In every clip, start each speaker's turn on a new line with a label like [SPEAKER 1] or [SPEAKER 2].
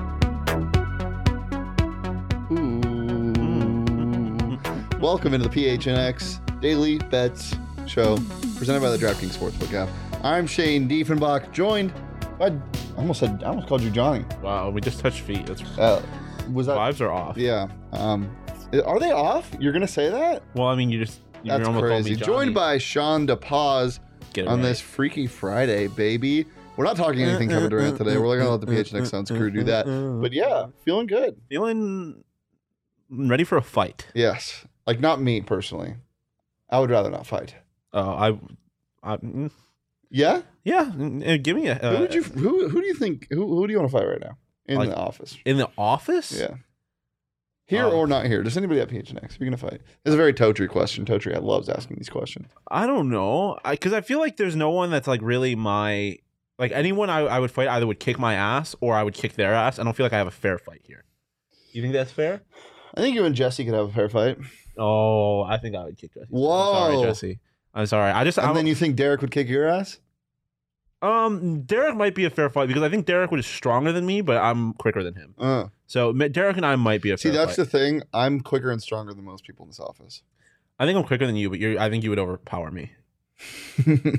[SPEAKER 1] Mm-hmm. Welcome into the PHNX Daily Bets Show, presented by the DraftKings Sportsbook app. I'm Shane Diefenbach, joined by I almost said I almost called you Johnny.
[SPEAKER 2] Wow, we just touched feet. That's
[SPEAKER 1] Uh, was that?
[SPEAKER 2] lives are off.
[SPEAKER 1] Yeah. Um, are they off? You're gonna say that?
[SPEAKER 2] Well, I mean, you just you
[SPEAKER 1] That's
[SPEAKER 2] almost called me
[SPEAKER 1] crazy.
[SPEAKER 2] Johnny.
[SPEAKER 1] Joined by Sean DePaz
[SPEAKER 2] Get it
[SPEAKER 1] on
[SPEAKER 2] right.
[SPEAKER 1] this Freaky Friday, baby. We're not talking anything Kevin Durant today. We're gonna let the PHNX Sounds crew do that. But yeah, feeling good.
[SPEAKER 2] feeling ready for a fight.
[SPEAKER 1] Yes. Like not me personally. I would rather not fight.
[SPEAKER 2] Oh, I, I, mm,
[SPEAKER 1] Yeah.
[SPEAKER 2] yeah. mm, uh, Give me a uh,
[SPEAKER 1] who would you? Who Who do you think? Who Who do you want to fight right now in
[SPEAKER 2] Like-
[SPEAKER 1] the office?
[SPEAKER 2] in the office.
[SPEAKER 1] Yeah. Here
[SPEAKER 2] Um,
[SPEAKER 1] or not here? Does anybody at PHNX? If you're gonna fight, it's a very Totri question. Totri loves asking these questions.
[SPEAKER 2] I don't know, because I, feel like there's no one that's like really my like anyone I, I would fight either would kick my ass or I would kick their ass. I don't feel like I have a fair fight here. You think that's fair?
[SPEAKER 1] I think you and Jesse could have a fair fight,
[SPEAKER 2] Oh, I think I would kick Jesse. I'm
[SPEAKER 1] Whoa.
[SPEAKER 2] sorry, Jesse. I'm sorry. I just
[SPEAKER 1] and
[SPEAKER 2] I'm,
[SPEAKER 1] then you think Derek would kick your ass?
[SPEAKER 2] Um, Derek might be a fair fight because I think Derek was stronger than me, but I'm quicker than him.
[SPEAKER 1] Uh,
[SPEAKER 2] So Ma- Derek and I might be a
[SPEAKER 1] see,
[SPEAKER 2] fair
[SPEAKER 1] that's the
[SPEAKER 2] fight.
[SPEAKER 1] thing. I'm quicker and stronger than most people in this office.
[SPEAKER 2] I think I'm quicker than you, but you're, I think you would overpower me.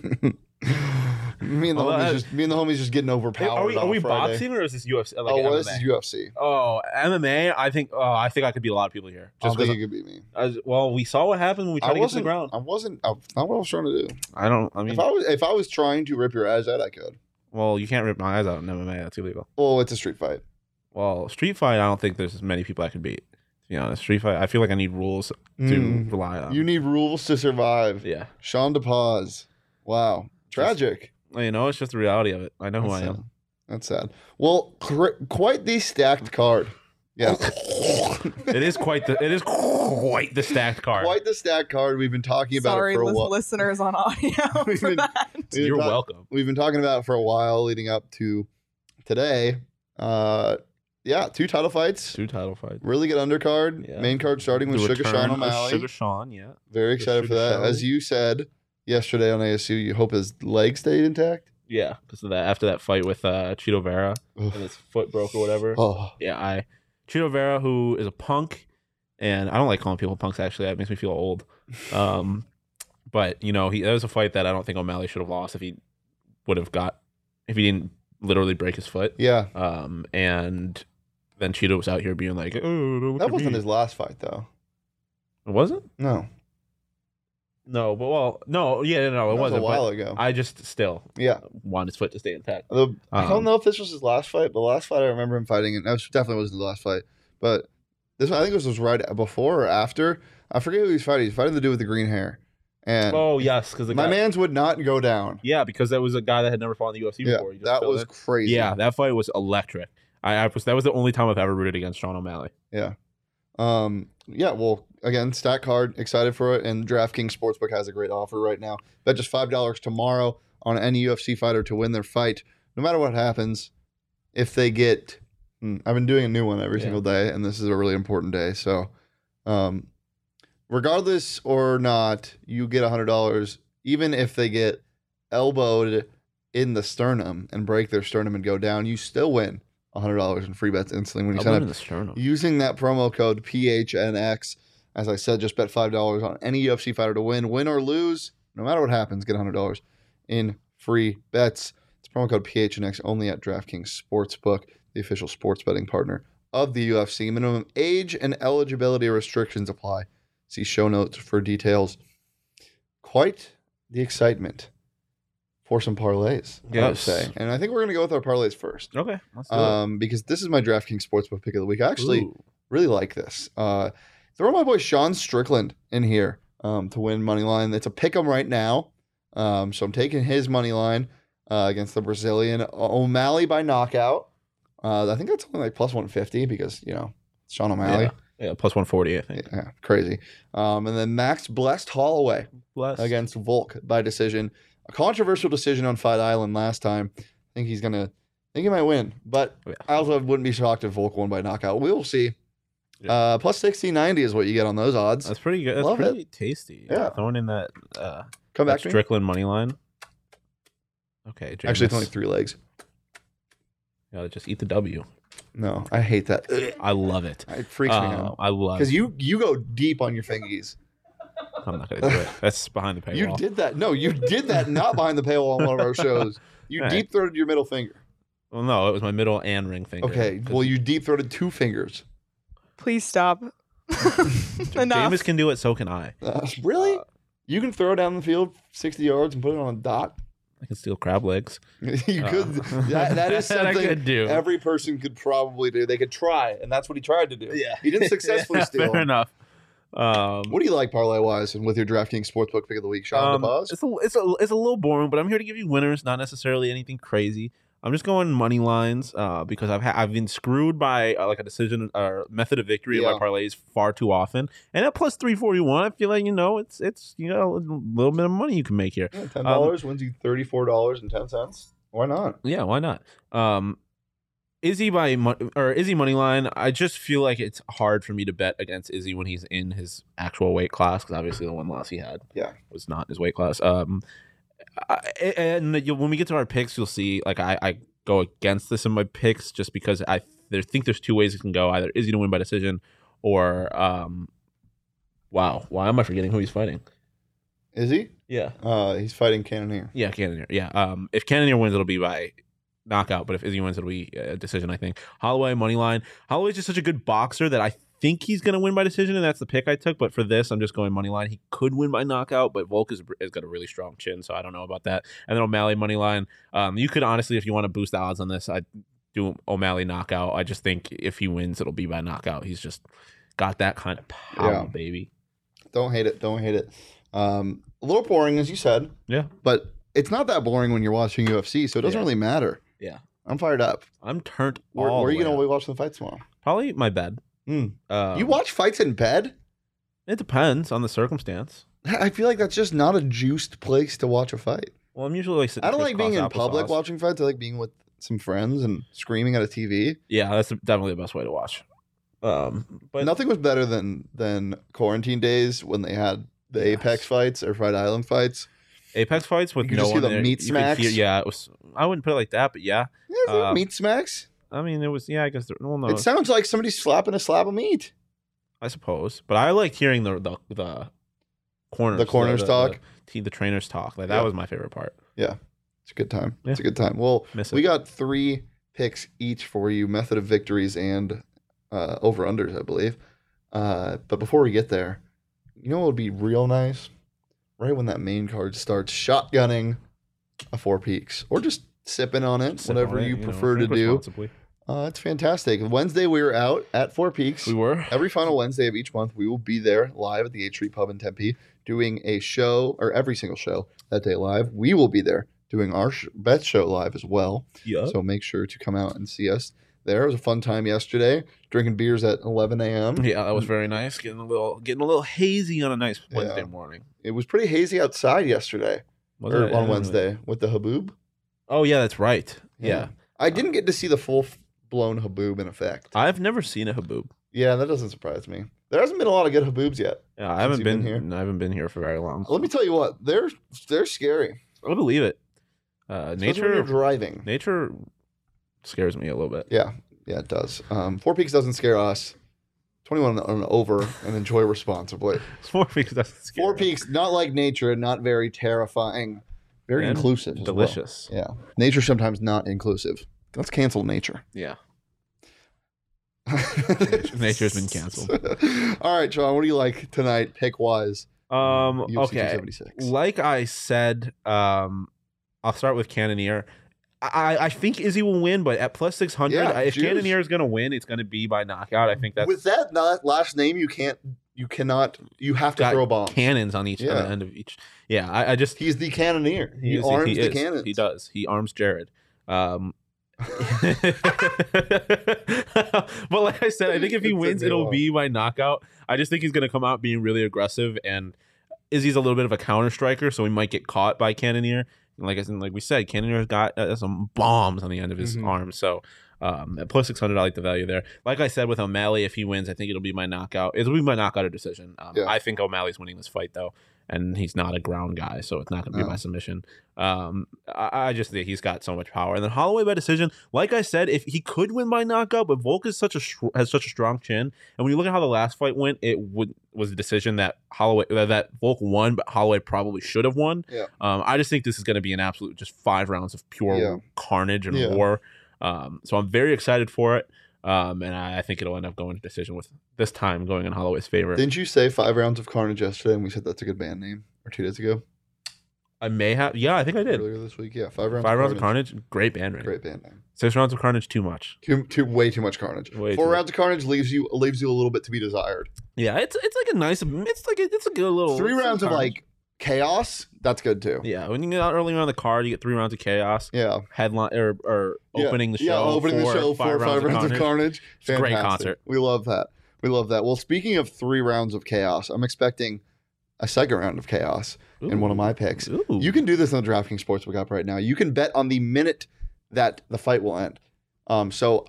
[SPEAKER 1] me and the
[SPEAKER 2] Although
[SPEAKER 1] homies
[SPEAKER 2] I-
[SPEAKER 1] just me and the homies just getting overpowered.
[SPEAKER 2] are we
[SPEAKER 1] on
[SPEAKER 2] are
[SPEAKER 1] a
[SPEAKER 2] we
[SPEAKER 1] Friday.
[SPEAKER 2] boxing or is this UFC? Like
[SPEAKER 1] oh, well,
[SPEAKER 2] MMA?
[SPEAKER 1] this is UFC.
[SPEAKER 2] oh, MMA. I think. Oh, I think I could beat a lot of people here.
[SPEAKER 1] I don't
[SPEAKER 2] Just
[SPEAKER 1] think
[SPEAKER 2] because.
[SPEAKER 1] you could beat me.
[SPEAKER 2] as- Well, we saw what happened when we tried
[SPEAKER 1] I
[SPEAKER 2] to get to the
[SPEAKER 1] wasn't.
[SPEAKER 2] ground.
[SPEAKER 1] I wasn't. I, not what I was trying to do.
[SPEAKER 2] I don't. I mean,
[SPEAKER 1] if I was, if I was trying to rip your ass out, I could.
[SPEAKER 2] well, you can't rip my eyes out in MMA. That's illegal.
[SPEAKER 1] Well, it's a street fight.
[SPEAKER 2] Well, street fight. I don't think there's as many people I could beat. To be honest, street fight. I feel like I need rules to
[SPEAKER 1] Mm.
[SPEAKER 2] rely on.
[SPEAKER 1] You need rules to survive.
[SPEAKER 2] Um, yeah.
[SPEAKER 1] Sean DePaz. Wow. Tragic.
[SPEAKER 2] Well, You know, it's just the reality of it. I know who I
[SPEAKER 1] That's
[SPEAKER 2] am.
[SPEAKER 1] sad. That's sad. Well, cr- quite the stacked card. Yeah.
[SPEAKER 2] It is quite the it is quite the stacked card.
[SPEAKER 1] quite the stacked card. We've been talking about
[SPEAKER 3] Sorry,
[SPEAKER 1] it for a
[SPEAKER 3] lis-
[SPEAKER 1] while.
[SPEAKER 3] listeners on audio
[SPEAKER 1] We
[SPEAKER 3] for
[SPEAKER 1] didn't-
[SPEAKER 3] that.
[SPEAKER 1] We've been
[SPEAKER 2] You're
[SPEAKER 1] talk-
[SPEAKER 2] welcome.
[SPEAKER 1] We've been talking about it for a while leading up to today. Uh, yeah, two title fights.
[SPEAKER 2] Two title fights.
[SPEAKER 1] Really good undercard.
[SPEAKER 2] Yeah.
[SPEAKER 1] Main card starting with
[SPEAKER 2] The
[SPEAKER 1] Sugar
[SPEAKER 2] return
[SPEAKER 1] Sean
[SPEAKER 2] of
[SPEAKER 1] O'Malley.
[SPEAKER 2] Sugar Sean, yeah.
[SPEAKER 1] Very
[SPEAKER 2] the
[SPEAKER 1] excited for
[SPEAKER 2] Sugar
[SPEAKER 1] that.
[SPEAKER 2] Sean.
[SPEAKER 1] As you said yesterday on ASU, you hope his leg stayed intact.
[SPEAKER 2] Yeah, because of that after that fight with uh Cheeto Vera
[SPEAKER 1] Ugh.
[SPEAKER 2] and his foot broke or whatever.
[SPEAKER 1] Oh,
[SPEAKER 2] Yeah, I Cheeto Vera who is a punk and I don't like calling people punks actually. That makes me feel old. Um but you know, he that was a fight that I don't think O'Malley should have lost if he would have got if he didn't literally break his foot.
[SPEAKER 1] yeah.
[SPEAKER 2] Um and then Cheeto was out here being like, "Oh, look
[SPEAKER 1] That
[SPEAKER 2] at
[SPEAKER 1] wasn't
[SPEAKER 2] me."
[SPEAKER 1] his last fight, though.
[SPEAKER 2] It wasn't?
[SPEAKER 1] No,
[SPEAKER 2] No, but well, no, yeah, no, no, Oh, it
[SPEAKER 1] that was
[SPEAKER 2] wasn't.
[SPEAKER 1] a
[SPEAKER 2] but
[SPEAKER 1] while ago.
[SPEAKER 2] I just still
[SPEAKER 1] yeah,
[SPEAKER 2] want his foot to stay intact.
[SPEAKER 1] The- I don't
[SPEAKER 2] Um,
[SPEAKER 1] know if this was his last fight, but last fight I remember him fighting, and that was- definitely wasn't the last fight. But this, I think this was right before or after. I forget who he was fighting. He's fighting the dude with the green hair, and
[SPEAKER 2] Oh yes, because
[SPEAKER 1] my man's would not go down.
[SPEAKER 2] yeah, because that was a guy that had never fought in the UFC
[SPEAKER 1] Yeah,
[SPEAKER 2] before. He just
[SPEAKER 1] that
[SPEAKER 2] filled
[SPEAKER 1] was
[SPEAKER 2] in.
[SPEAKER 1] crazy.
[SPEAKER 2] yeah, that fight was electric. I, I was that was the only time I've ever rooted against Sean O'Malley.
[SPEAKER 1] Um, yeah, well, again, stack card, excited for it. And DraftKings Sportsbook has a great offer right now. Bet just $5 tomorrow on any UFC fighter to win their fight, no matter what happens. If they get, Hmm, I've been doing a new one every
[SPEAKER 2] Yeah.
[SPEAKER 1] single day, and this is a really important day. So, um, regardless or not, you get $100, even if they get elbowed in the sternum and break their sternum and go down, you still win $100 in free bets instantly when you sign up
[SPEAKER 2] the sternum.
[SPEAKER 1] using that promo code PHNX. As I said, just bet five dollars on any UFC fighter to win, win or lose. No matter what happens, get hundred dollars in free bets. It's promo code PHNX only at DraftKings Sportsbook, the official sports betting partner of the UFC. Minimum age and eligibility restrictions apply. See show notes for details. Quite the excitement for some parlays, I would
[SPEAKER 2] Yes.
[SPEAKER 1] say. And I think we're going to go with our parlays first.
[SPEAKER 2] Okay. Let's do it.
[SPEAKER 1] Um, because this is my DraftKings Sportsbook pick of the week. I actually
[SPEAKER 2] Ooh.
[SPEAKER 1] really like this. Uh, throw my boy Sean Strickland in here um, to win money line. It's a pick 'em right now, um, so I'm taking his money line uh, against the Brazilian O'Malley by knockout. Uh, I think that's only like plus 150 because you know it's Sean O'Malley,
[SPEAKER 2] yeah. yeah, plus 140, I
[SPEAKER 1] yeah.
[SPEAKER 2] think.
[SPEAKER 1] crazy. Um, and then Max Blessed Holloway
[SPEAKER 2] Bless.
[SPEAKER 1] against Volk by decision. A controversial decision on Fight Island last time. I think he's gonna. I think he might win, but
[SPEAKER 2] Oh, Yeah.
[SPEAKER 1] I also wouldn't be shocked if Volk won by knockout. We will see.
[SPEAKER 2] Yeah.
[SPEAKER 1] Uh, plus sixteen ninety is what you get on those odds.
[SPEAKER 2] That's pretty good. That's
[SPEAKER 1] Love it.
[SPEAKER 2] pretty tasty.
[SPEAKER 1] Yeah.
[SPEAKER 2] Throwing in that, uh,
[SPEAKER 1] Come
[SPEAKER 2] that
[SPEAKER 1] back to me.
[SPEAKER 2] Strickland money line. Okay. James.
[SPEAKER 1] Actually, it's only three legs.
[SPEAKER 2] Yeah, just eat the W.
[SPEAKER 1] No, I hate that.
[SPEAKER 2] I love it.
[SPEAKER 1] It freaks me
[SPEAKER 2] Um,
[SPEAKER 1] out
[SPEAKER 2] I love
[SPEAKER 1] because you you go deep on your fingies.
[SPEAKER 2] I'm not gonna do it. That's behind the paywall.
[SPEAKER 1] You did that. No, you did that not behind the paywall on one of our shows. You
[SPEAKER 2] All right.
[SPEAKER 1] deep throated your middle finger.
[SPEAKER 2] Well, no, it was my middle and ring finger.
[SPEAKER 1] Okay,
[SPEAKER 2] 'Cause
[SPEAKER 1] well you deep throated two fingers.
[SPEAKER 3] Please stop. Enough.
[SPEAKER 2] Jameis can do it, so can I.
[SPEAKER 1] Uh, really? you can throw down the field sixty yards and put it on a dot.
[SPEAKER 2] I can steal crab legs.
[SPEAKER 1] you
[SPEAKER 2] Uh,
[SPEAKER 1] could. That, that is
[SPEAKER 2] that I
[SPEAKER 1] something
[SPEAKER 2] could do.
[SPEAKER 1] every person could probably do. They could try, and that's what he tried to do. he didn't successfully
[SPEAKER 2] Yeah,
[SPEAKER 1] steal.
[SPEAKER 2] Fair enough. Um,
[SPEAKER 1] What do you like parlay wise and with your DraftKings sportsbook pick of the week, Sean
[SPEAKER 2] um,
[SPEAKER 1] DeBuzz?
[SPEAKER 2] it's a it's a it's a little boring, but I'm here to give you winners, not necessarily anything crazy. I'm just going money lines uh, because I've ha- I've been screwed by uh, like a decision or method of victory
[SPEAKER 1] Yeah.
[SPEAKER 2] in my parlays far too often. And at plus three forty one, I feel like you know it's it's you know a little bit of money you can make here.
[SPEAKER 1] Yeah, Ten dollars wins you thirty four dollars and ten cents. Why not?
[SPEAKER 2] Yeah, why not? Um, Izzy by Mo- or Izzy money line. I just feel like it's hard for me to bet against Izzy when he's in his actual weight class because obviously the one loss he had
[SPEAKER 1] Yeah.
[SPEAKER 2] was not his weight class. Um, I, and you'll, when we get to our picks, you'll see like I, I go against this in my picks just because I there, think there's two ways it can go: either Izzy to win by decision or um, wow, why am I forgetting who he's fighting?
[SPEAKER 1] Is he?
[SPEAKER 2] Yeah,
[SPEAKER 1] Uh, he's fighting Cannoneer.
[SPEAKER 2] yeah, Cannoneer. Yeah. Um, if Cannoneer wins, it'll be by knockout. But if Izzy wins, it'll be a decision. I think Holloway money line. Holloway's just such a good boxer that I think he's going to win by decision, and that's the pick I took. But for this, I'm just going money line. He could win by knockout, but Volk is, has got a really strong chin, so I don't know about that. And then O'Malley money line. Um, you could honestly, if you want to boost the odds on this, I do O'Malley knockout. I just think if he wins, it'll be by knockout. He's just got that kind of power,
[SPEAKER 1] Yeah.
[SPEAKER 2] baby.
[SPEAKER 1] Don't hate it. Don't hate it. Um, a little boring as you said.
[SPEAKER 2] Yeah.
[SPEAKER 1] but it's not that boring when you're watching UFC, so it doesn't
[SPEAKER 2] Yeah.
[SPEAKER 1] really matter.
[SPEAKER 2] Yeah.
[SPEAKER 1] I'm fired up.
[SPEAKER 2] I'm turned.
[SPEAKER 1] Where,
[SPEAKER 2] all
[SPEAKER 1] where are
[SPEAKER 2] the
[SPEAKER 1] you
[SPEAKER 2] way
[SPEAKER 1] gonna
[SPEAKER 2] up.
[SPEAKER 1] be watching the fights tomorrow?
[SPEAKER 2] Probably my bed.
[SPEAKER 1] Mm.
[SPEAKER 2] Um,
[SPEAKER 1] you watch fights in bed?
[SPEAKER 2] It depends on the circumstance.
[SPEAKER 1] I feel like that's just not a juiced place to watch a fight.
[SPEAKER 2] Well, I'm usually like sitting
[SPEAKER 1] I don't like being in
[SPEAKER 2] crisscross
[SPEAKER 1] public
[SPEAKER 2] applesauce.
[SPEAKER 1] watching fights. I like being with some friends and screaming at a TV.
[SPEAKER 2] Yeah, that's definitely the best way to watch. Um, but
[SPEAKER 1] Nothing was better than than quarantine days when they had the
[SPEAKER 2] Yes.
[SPEAKER 1] Apex fights or Fried Island fights.
[SPEAKER 2] Apex fights with
[SPEAKER 1] You could
[SPEAKER 2] no
[SPEAKER 1] just hear
[SPEAKER 2] one
[SPEAKER 1] the
[SPEAKER 2] there,
[SPEAKER 1] meat
[SPEAKER 2] you could
[SPEAKER 1] smacks.
[SPEAKER 2] yeah, it was. I wouldn't put it like that, but yeah.
[SPEAKER 1] Yeah, if you
[SPEAKER 2] Uh,
[SPEAKER 1] meat smacks.
[SPEAKER 2] I mean, it was. Yeah, I guess. There, well, no,
[SPEAKER 1] It sounds like somebody slapping a slab of meat.
[SPEAKER 2] I suppose. But I liked hearing the the the corners,
[SPEAKER 1] The corners talk.
[SPEAKER 2] the, the, trainers talk. Like that
[SPEAKER 1] Yeah.
[SPEAKER 2] was my favorite part.
[SPEAKER 1] It's a good time.
[SPEAKER 2] Yeah.
[SPEAKER 1] It's a good time. Well,
[SPEAKER 2] Miss it.
[SPEAKER 1] we got three picks each for you: method of victories and uh, over unders, I believe. Uh, but before we get there, you know what would be real nice? Right when that main card starts, shotgunning a Four Peaks, or just sipping on it,
[SPEAKER 2] Sip
[SPEAKER 1] whatever
[SPEAKER 2] on it,
[SPEAKER 1] you
[SPEAKER 2] know,
[SPEAKER 1] prefer
[SPEAKER 2] drink
[SPEAKER 1] to do.
[SPEAKER 2] responsibly.
[SPEAKER 1] Uh, it's fantastic. Wednesday we were out at Four Peaks.
[SPEAKER 2] We were.
[SPEAKER 1] Every final Wednesday of each month, we will be there live at the H Street Pub in Tempe doing a show, or every single show that day live. We will be there doing our sh- bet show live as well.
[SPEAKER 2] Yeah.
[SPEAKER 1] So make sure to come out and see us there. It was a fun time yesterday, drinking beers at 11 a.m.
[SPEAKER 2] yeah, that was very nice. Getting a little, getting a little hazy on a nice Wednesday
[SPEAKER 1] Yeah.
[SPEAKER 2] morning.
[SPEAKER 1] It was pretty hazy outside yesterday,
[SPEAKER 2] Was
[SPEAKER 1] or
[SPEAKER 2] it?
[SPEAKER 1] on
[SPEAKER 2] Yeah.
[SPEAKER 1] Wednesday with the haboob.
[SPEAKER 2] Oh yeah, that's right. yeah.
[SPEAKER 1] I didn't get to see the full blown haboob in effect.
[SPEAKER 2] I've never seen a haboob.
[SPEAKER 1] yeah, that doesn't surprise me. There hasn't been a lot of good haboobs yet.
[SPEAKER 2] Yeah, I
[SPEAKER 1] Since
[SPEAKER 2] haven't
[SPEAKER 1] you've
[SPEAKER 2] been,
[SPEAKER 1] been here?
[SPEAKER 2] here. I haven't been here for very long.
[SPEAKER 1] Let me tell you what, they're they're scary.
[SPEAKER 2] I believe it. Uh,
[SPEAKER 1] Especially when you're
[SPEAKER 2] nature,
[SPEAKER 1] driving.
[SPEAKER 2] nature scares me a little bit.
[SPEAKER 1] Yeah, yeah, it does. Um, Four Peaks doesn't scare us. Twenty-one and over, and enjoy responsibly.
[SPEAKER 2] Four peaks doesn't scare.
[SPEAKER 1] Four
[SPEAKER 2] me.
[SPEAKER 1] Peaks, not like nature, not very terrifying. Very
[SPEAKER 2] And
[SPEAKER 1] inclusive. as well.
[SPEAKER 2] Delicious.
[SPEAKER 1] Yeah. Nature sometimes not inclusive. Let's cancel nature.
[SPEAKER 2] Yeah. nature's been canceled.
[SPEAKER 1] All right, Sean, what do you like tonight, pick wise?
[SPEAKER 2] Um.
[SPEAKER 1] UFC
[SPEAKER 2] okay.
[SPEAKER 1] 276.
[SPEAKER 2] Like I said, um, I'll start with Cannoneer. I, I think Izzy will win, but at plus six hundred,
[SPEAKER 1] Yeah,
[SPEAKER 2] if
[SPEAKER 1] Juice.
[SPEAKER 2] Cannoneer is going to win, it's going to be by knockout. I think that's
[SPEAKER 1] With that not last name, you can't, you cannot, you have to
[SPEAKER 2] got
[SPEAKER 1] throw bombs.
[SPEAKER 2] cannons on each
[SPEAKER 1] Yeah.
[SPEAKER 2] on the end of each. Yeah, I, I just
[SPEAKER 1] He's the cannoneer. He,
[SPEAKER 2] is-
[SPEAKER 1] arms the
[SPEAKER 2] is.
[SPEAKER 1] cannons.
[SPEAKER 2] He does. He arms Jared. Um, but like I said, I think if he
[SPEAKER 1] It took
[SPEAKER 2] wins,
[SPEAKER 1] me a
[SPEAKER 2] it'll
[SPEAKER 1] while.
[SPEAKER 2] be by knockout. I just think he's going to come out being really aggressive, and Izzy's a little bit of a counter striker, so he might get caught by Cannoneer. And like I said, like we said, Cannonier's got uh, some bombs on the end of his
[SPEAKER 1] Mhm.
[SPEAKER 2] arm. So um, at plus six hundred, I like the value there. Like I said with O'Malley, if he wins, I think it'll be my knockout. It'll be my knockout or decision. Um,
[SPEAKER 1] Yeah.
[SPEAKER 2] I think O'Malley's winning this fight though, and he's not a ground guy, so it's not going to be
[SPEAKER 1] No.
[SPEAKER 2] by submission. Um, I, I just think he's got so much power. And then Holloway by decision, like I said, if he could win by knockout, but Volk is such a str- has such a strong chin, and when you look at how the last fight went, it would was a decision that Holloway that, that Volk won, but Holloway probably should have won.
[SPEAKER 1] Yeah.
[SPEAKER 2] Um, I just think this is going to be an absolute just five rounds of pure
[SPEAKER 1] Yeah.
[SPEAKER 2] carnage and
[SPEAKER 1] Yeah.
[SPEAKER 2] war. Um, so I'm very excited for it. Um, and I, I think it'll end up going to decision with this time going in Holloway's favor.
[SPEAKER 1] Didn't you say five rounds of carnage yesterday and we said that's a good band name? Or two days ago?
[SPEAKER 2] I may have, yeah, I think I did.
[SPEAKER 1] Earlier this week? Yeah, five rounds
[SPEAKER 2] Five rounds of carnage, great band name.
[SPEAKER 1] Great band name.
[SPEAKER 2] Six rounds of carnage, too much.
[SPEAKER 1] Too, too, way too much carnage.
[SPEAKER 2] Way
[SPEAKER 1] Four
[SPEAKER 2] too
[SPEAKER 1] rounds of carnage leaves you leaves you a little bit to be desired.
[SPEAKER 2] Yeah, it's it's like a nice, it's like a, it's a good little
[SPEAKER 1] Three rounds of
[SPEAKER 2] carnage.
[SPEAKER 1] like chaos, that's good too.
[SPEAKER 2] yeah. When you get out early on the card, you get three rounds of chaos,
[SPEAKER 1] Yeah.
[SPEAKER 2] headline or or
[SPEAKER 1] Yeah.
[SPEAKER 2] opening the show,
[SPEAKER 1] yeah, opening the
[SPEAKER 2] for
[SPEAKER 1] show for five rounds of carnage.
[SPEAKER 2] It's a great
[SPEAKER 1] Fantastic.
[SPEAKER 2] concert.
[SPEAKER 1] We love that. We love that. Well, speaking of three rounds of chaos, I'm expecting a second round of chaos in one of my picks.
[SPEAKER 2] Ooh.
[SPEAKER 1] You can do this on the DraftKings Sportsbook app right now. You can bet on the minute that the fight will end. Um, so,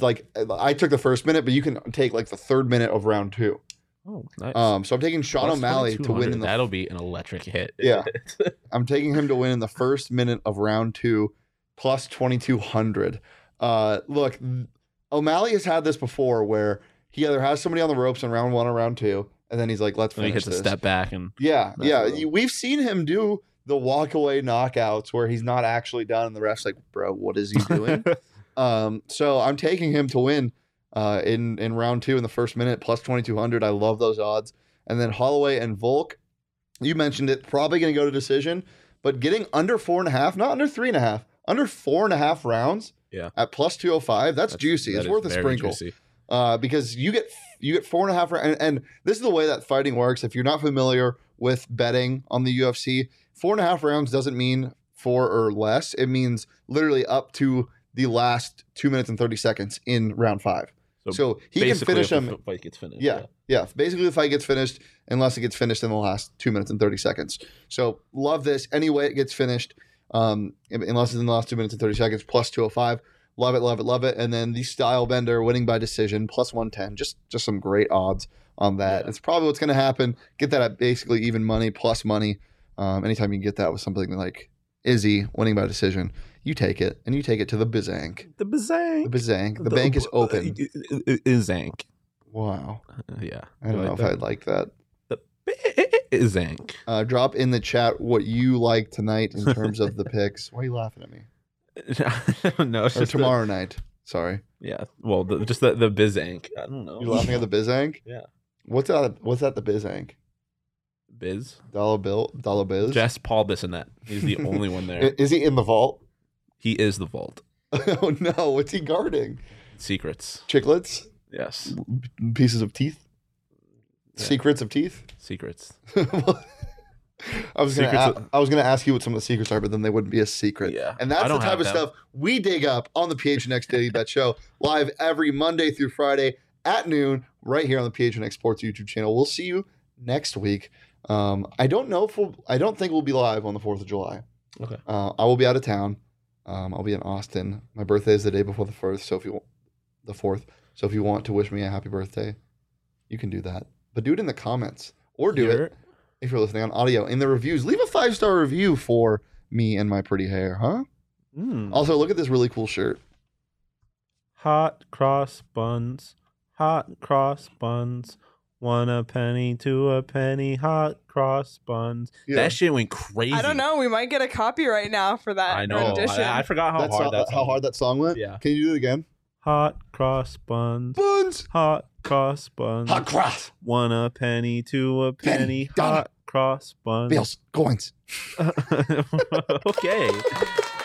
[SPEAKER 1] like, I took the first minute, but you can take like the third minute of round two.
[SPEAKER 2] Oh, nice.
[SPEAKER 1] Um, so I'm taking Sean
[SPEAKER 2] Plus
[SPEAKER 1] O'Malley to win
[SPEAKER 2] 2200,
[SPEAKER 1] in the.
[SPEAKER 2] That'll be an electric hit.
[SPEAKER 1] Yeah. I'm taking him to win in the first minute of round two, plus 2200. Uh, look, O'Malley has had this before where he either has somebody on the ropes in round one or round two, and then he's like, let's
[SPEAKER 2] and he
[SPEAKER 1] finish
[SPEAKER 2] hits a
[SPEAKER 1] this.
[SPEAKER 2] step back and
[SPEAKER 1] Yeah,
[SPEAKER 2] That's
[SPEAKER 1] yeah.
[SPEAKER 2] real.
[SPEAKER 1] You- We've seen him do the walk away knockouts where he's not actually done, and the ref's like, "Bro, what is he doing?" um, so I'm taking him to win uh, in in round two in the first minute plus twenty two hundred. I love those odds. And then Holloway and Volk, you mentioned it, probably going to go to decision, but getting under four and a half, not under three and a half, under four and a half rounds.
[SPEAKER 2] Yeah.
[SPEAKER 1] At plus two hundred five, that's, juicy.
[SPEAKER 2] that
[SPEAKER 1] it's
[SPEAKER 2] is
[SPEAKER 1] worth a
[SPEAKER 2] very
[SPEAKER 1] sprinkle
[SPEAKER 2] juicy.
[SPEAKER 1] uh, because you get you get four and a half rounds, and, and this is the way that fighting works. If you're not familiar with betting on the UFC, four and a half rounds doesn't mean four or less. It means literally up to the last two minutes and thirty seconds in round five. So,
[SPEAKER 2] So
[SPEAKER 1] he can
[SPEAKER 2] Basically,
[SPEAKER 1] finish
[SPEAKER 2] if
[SPEAKER 1] him.
[SPEAKER 2] the Fight gets finished.
[SPEAKER 1] Yeah, yeah. Basically, the fight gets finished unless it gets finished in the last two minutes and thirty seconds. So love this. Any way it gets finished, um, unless it's in the last two minutes and thirty seconds, plus two hundred five. Love it, love it, love it. And then the style bender winning by decision, plus one ten. Just just some great odds on that.
[SPEAKER 2] Yeah.
[SPEAKER 1] It's probably what's going to happen. Get that at basically even money, plus money. Um, anytime you can get that with something like Izzy winning by decision, you take it and you take it to the bazank.
[SPEAKER 2] The uh,
[SPEAKER 1] The
[SPEAKER 2] bazank.
[SPEAKER 1] bazank. Hmm? The, bank is open.
[SPEAKER 2] Zank. Uh,
[SPEAKER 1] Wow.
[SPEAKER 2] Yeah.
[SPEAKER 1] I don't know if I'd like that.
[SPEAKER 2] The Zank.
[SPEAKER 1] Uh, drop in the chat what you like tonight in terms of the picks. Why are you laughing at me?
[SPEAKER 2] I don't know. It's
[SPEAKER 1] Or
[SPEAKER 2] just the-
[SPEAKER 1] tomorrow night. Sorry,
[SPEAKER 2] yeah. Well, the, just the, the Bizank. I don't know.
[SPEAKER 1] you laughing at the Bizank?
[SPEAKER 2] Yeah.
[SPEAKER 1] What's that? What's that? The Bizank?
[SPEAKER 2] Biz?
[SPEAKER 1] Dollar bill? Dollar biz?
[SPEAKER 2] Just Paul Bissonette. He's the only one
[SPEAKER 1] I-
[SPEAKER 2] there.
[SPEAKER 1] Is he in the vault?
[SPEAKER 2] He is the vault.
[SPEAKER 1] oh no! What's he guarding?
[SPEAKER 2] Secrets.
[SPEAKER 1] Chiclets?
[SPEAKER 2] Yes.
[SPEAKER 1] Pieces of teeth?
[SPEAKER 2] Yeah.
[SPEAKER 1] Secrets of teeth?
[SPEAKER 2] Secrets.
[SPEAKER 1] I was gonna
[SPEAKER 2] Secrets
[SPEAKER 1] a- I was gonna ask you what some of the secrets are, but then they wouldn't be a secret.
[SPEAKER 2] Yeah.
[SPEAKER 1] and
[SPEAKER 2] I
[SPEAKER 1] that's the
[SPEAKER 2] don't
[SPEAKER 1] type
[SPEAKER 2] have
[SPEAKER 1] of
[SPEAKER 2] them.
[SPEAKER 1] stuff we dig up on the PHNX Daily Bet Show live every Monday through Friday at noon, right here on the PHNX Sports YouTube channel. We'll see you next week. Um, I don't know if we'll, I don't think we'll be live on the Fourth of July.
[SPEAKER 2] Okay.
[SPEAKER 1] Uh, I will be out of town. Um, I'll be in Austin. My birthday is the day before the first, so if you the fourth, so if you want to wish me a happy birthday, you can do that. But do it in the comments or do it
[SPEAKER 2] You're-
[SPEAKER 1] if you're listening on audio in the reviews leave a five star review for me and my pretty hair huh
[SPEAKER 2] Mm.
[SPEAKER 1] also look at this really cool shirt
[SPEAKER 2] Hot cross buns. Hot cross buns. One a penny, two a penny, hot cross buns.
[SPEAKER 1] Yeah.
[SPEAKER 2] That shit went crazy.
[SPEAKER 3] I don't know. We might get a copyright now for that
[SPEAKER 2] I know.
[SPEAKER 3] rendition.
[SPEAKER 2] I, I forgot how
[SPEAKER 1] That's
[SPEAKER 2] hard that.
[SPEAKER 1] how hard that song went.
[SPEAKER 2] Yeah.
[SPEAKER 1] Can you do it again?
[SPEAKER 2] Hot cross buns.
[SPEAKER 1] Buns.
[SPEAKER 2] Hot cross buns.
[SPEAKER 1] Hot cross.
[SPEAKER 2] One a penny, two a
[SPEAKER 1] Penny,
[SPEAKER 2] penny,
[SPEAKER 1] dollar,
[SPEAKER 2] hot cross buns.
[SPEAKER 1] Bills. Coins.
[SPEAKER 2] okay.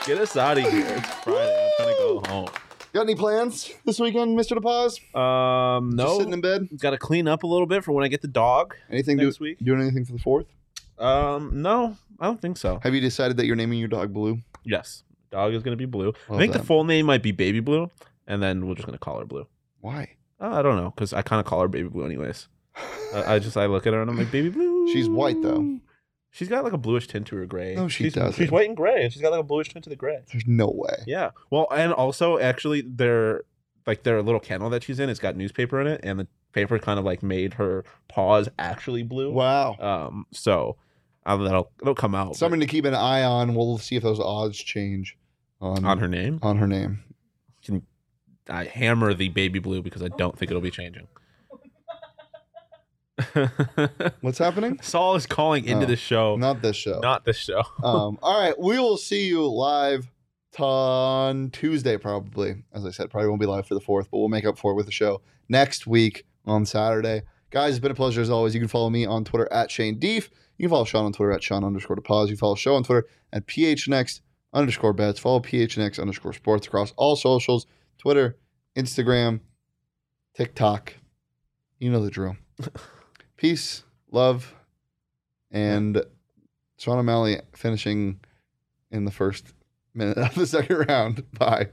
[SPEAKER 2] Get us out of here. It's Friday. I'm trying to go home.
[SPEAKER 1] Got any plans this weekend, Mr. DePaz?
[SPEAKER 2] Um,
[SPEAKER 1] Just
[SPEAKER 2] no.
[SPEAKER 1] sitting in bed.
[SPEAKER 2] Got to clean up a little bit for when I get the dog.
[SPEAKER 1] Anything
[SPEAKER 2] Next
[SPEAKER 1] do,
[SPEAKER 2] week.
[SPEAKER 1] doing anything for the fourth?
[SPEAKER 2] Um, no, I don't think so.
[SPEAKER 1] Have you decided that you're naming your dog Blue?
[SPEAKER 2] Yes, dog is gonna be blue.
[SPEAKER 1] Love
[SPEAKER 2] I think
[SPEAKER 1] that.
[SPEAKER 2] the full name might be Baby Blue, and then we're just gonna call her Blue.
[SPEAKER 1] Why?
[SPEAKER 2] Uh, I don't know, cause I kind of call her Baby Blue anyways. I, I just I look at her and I'm like Baby Blue.
[SPEAKER 1] She's white, though.
[SPEAKER 2] She's got like a bluish tint to her gray.
[SPEAKER 1] No, she
[SPEAKER 2] she's,
[SPEAKER 1] doesn't.
[SPEAKER 2] She's white and gray. and She's got like a bluish tint to the gray.
[SPEAKER 1] There's no way.
[SPEAKER 2] Yeah. Well, and also actually their like their little kennel that she's in, it's got newspaper in it, and the paper kind of like made her paws actually blue.
[SPEAKER 1] Wow.
[SPEAKER 2] Um. So, I don't know, that'll it'll come out. but-
[SPEAKER 1] Something to keep an eye on. We'll see if those odds change on,
[SPEAKER 2] on her name.
[SPEAKER 1] on her name.
[SPEAKER 2] I hammer the baby blue because I don't think it'll be changing.
[SPEAKER 1] What's happening?
[SPEAKER 2] Saul is calling into
[SPEAKER 1] Oh,
[SPEAKER 2] the show, not,
[SPEAKER 1] Not this show.
[SPEAKER 2] the show.
[SPEAKER 1] um, all right, we will see you live on Tuesday, probably. As I said, probably won't be live for the fourth, but we'll make up for it with the show next week on Saturday. Guys, it's been a pleasure as always. You can follow me on Twitter at Shane Deef. You can follow Sean on Twitter at Sean underscore DePause. You can follow the show on Twitter at PHNX underscore bets. Follow PHNX underscore sports across all socials Twitter, Instagram, TikTok. You know the drill. Peace, love, and Sean O'Malley finishing in the first minute of the second round. Bye.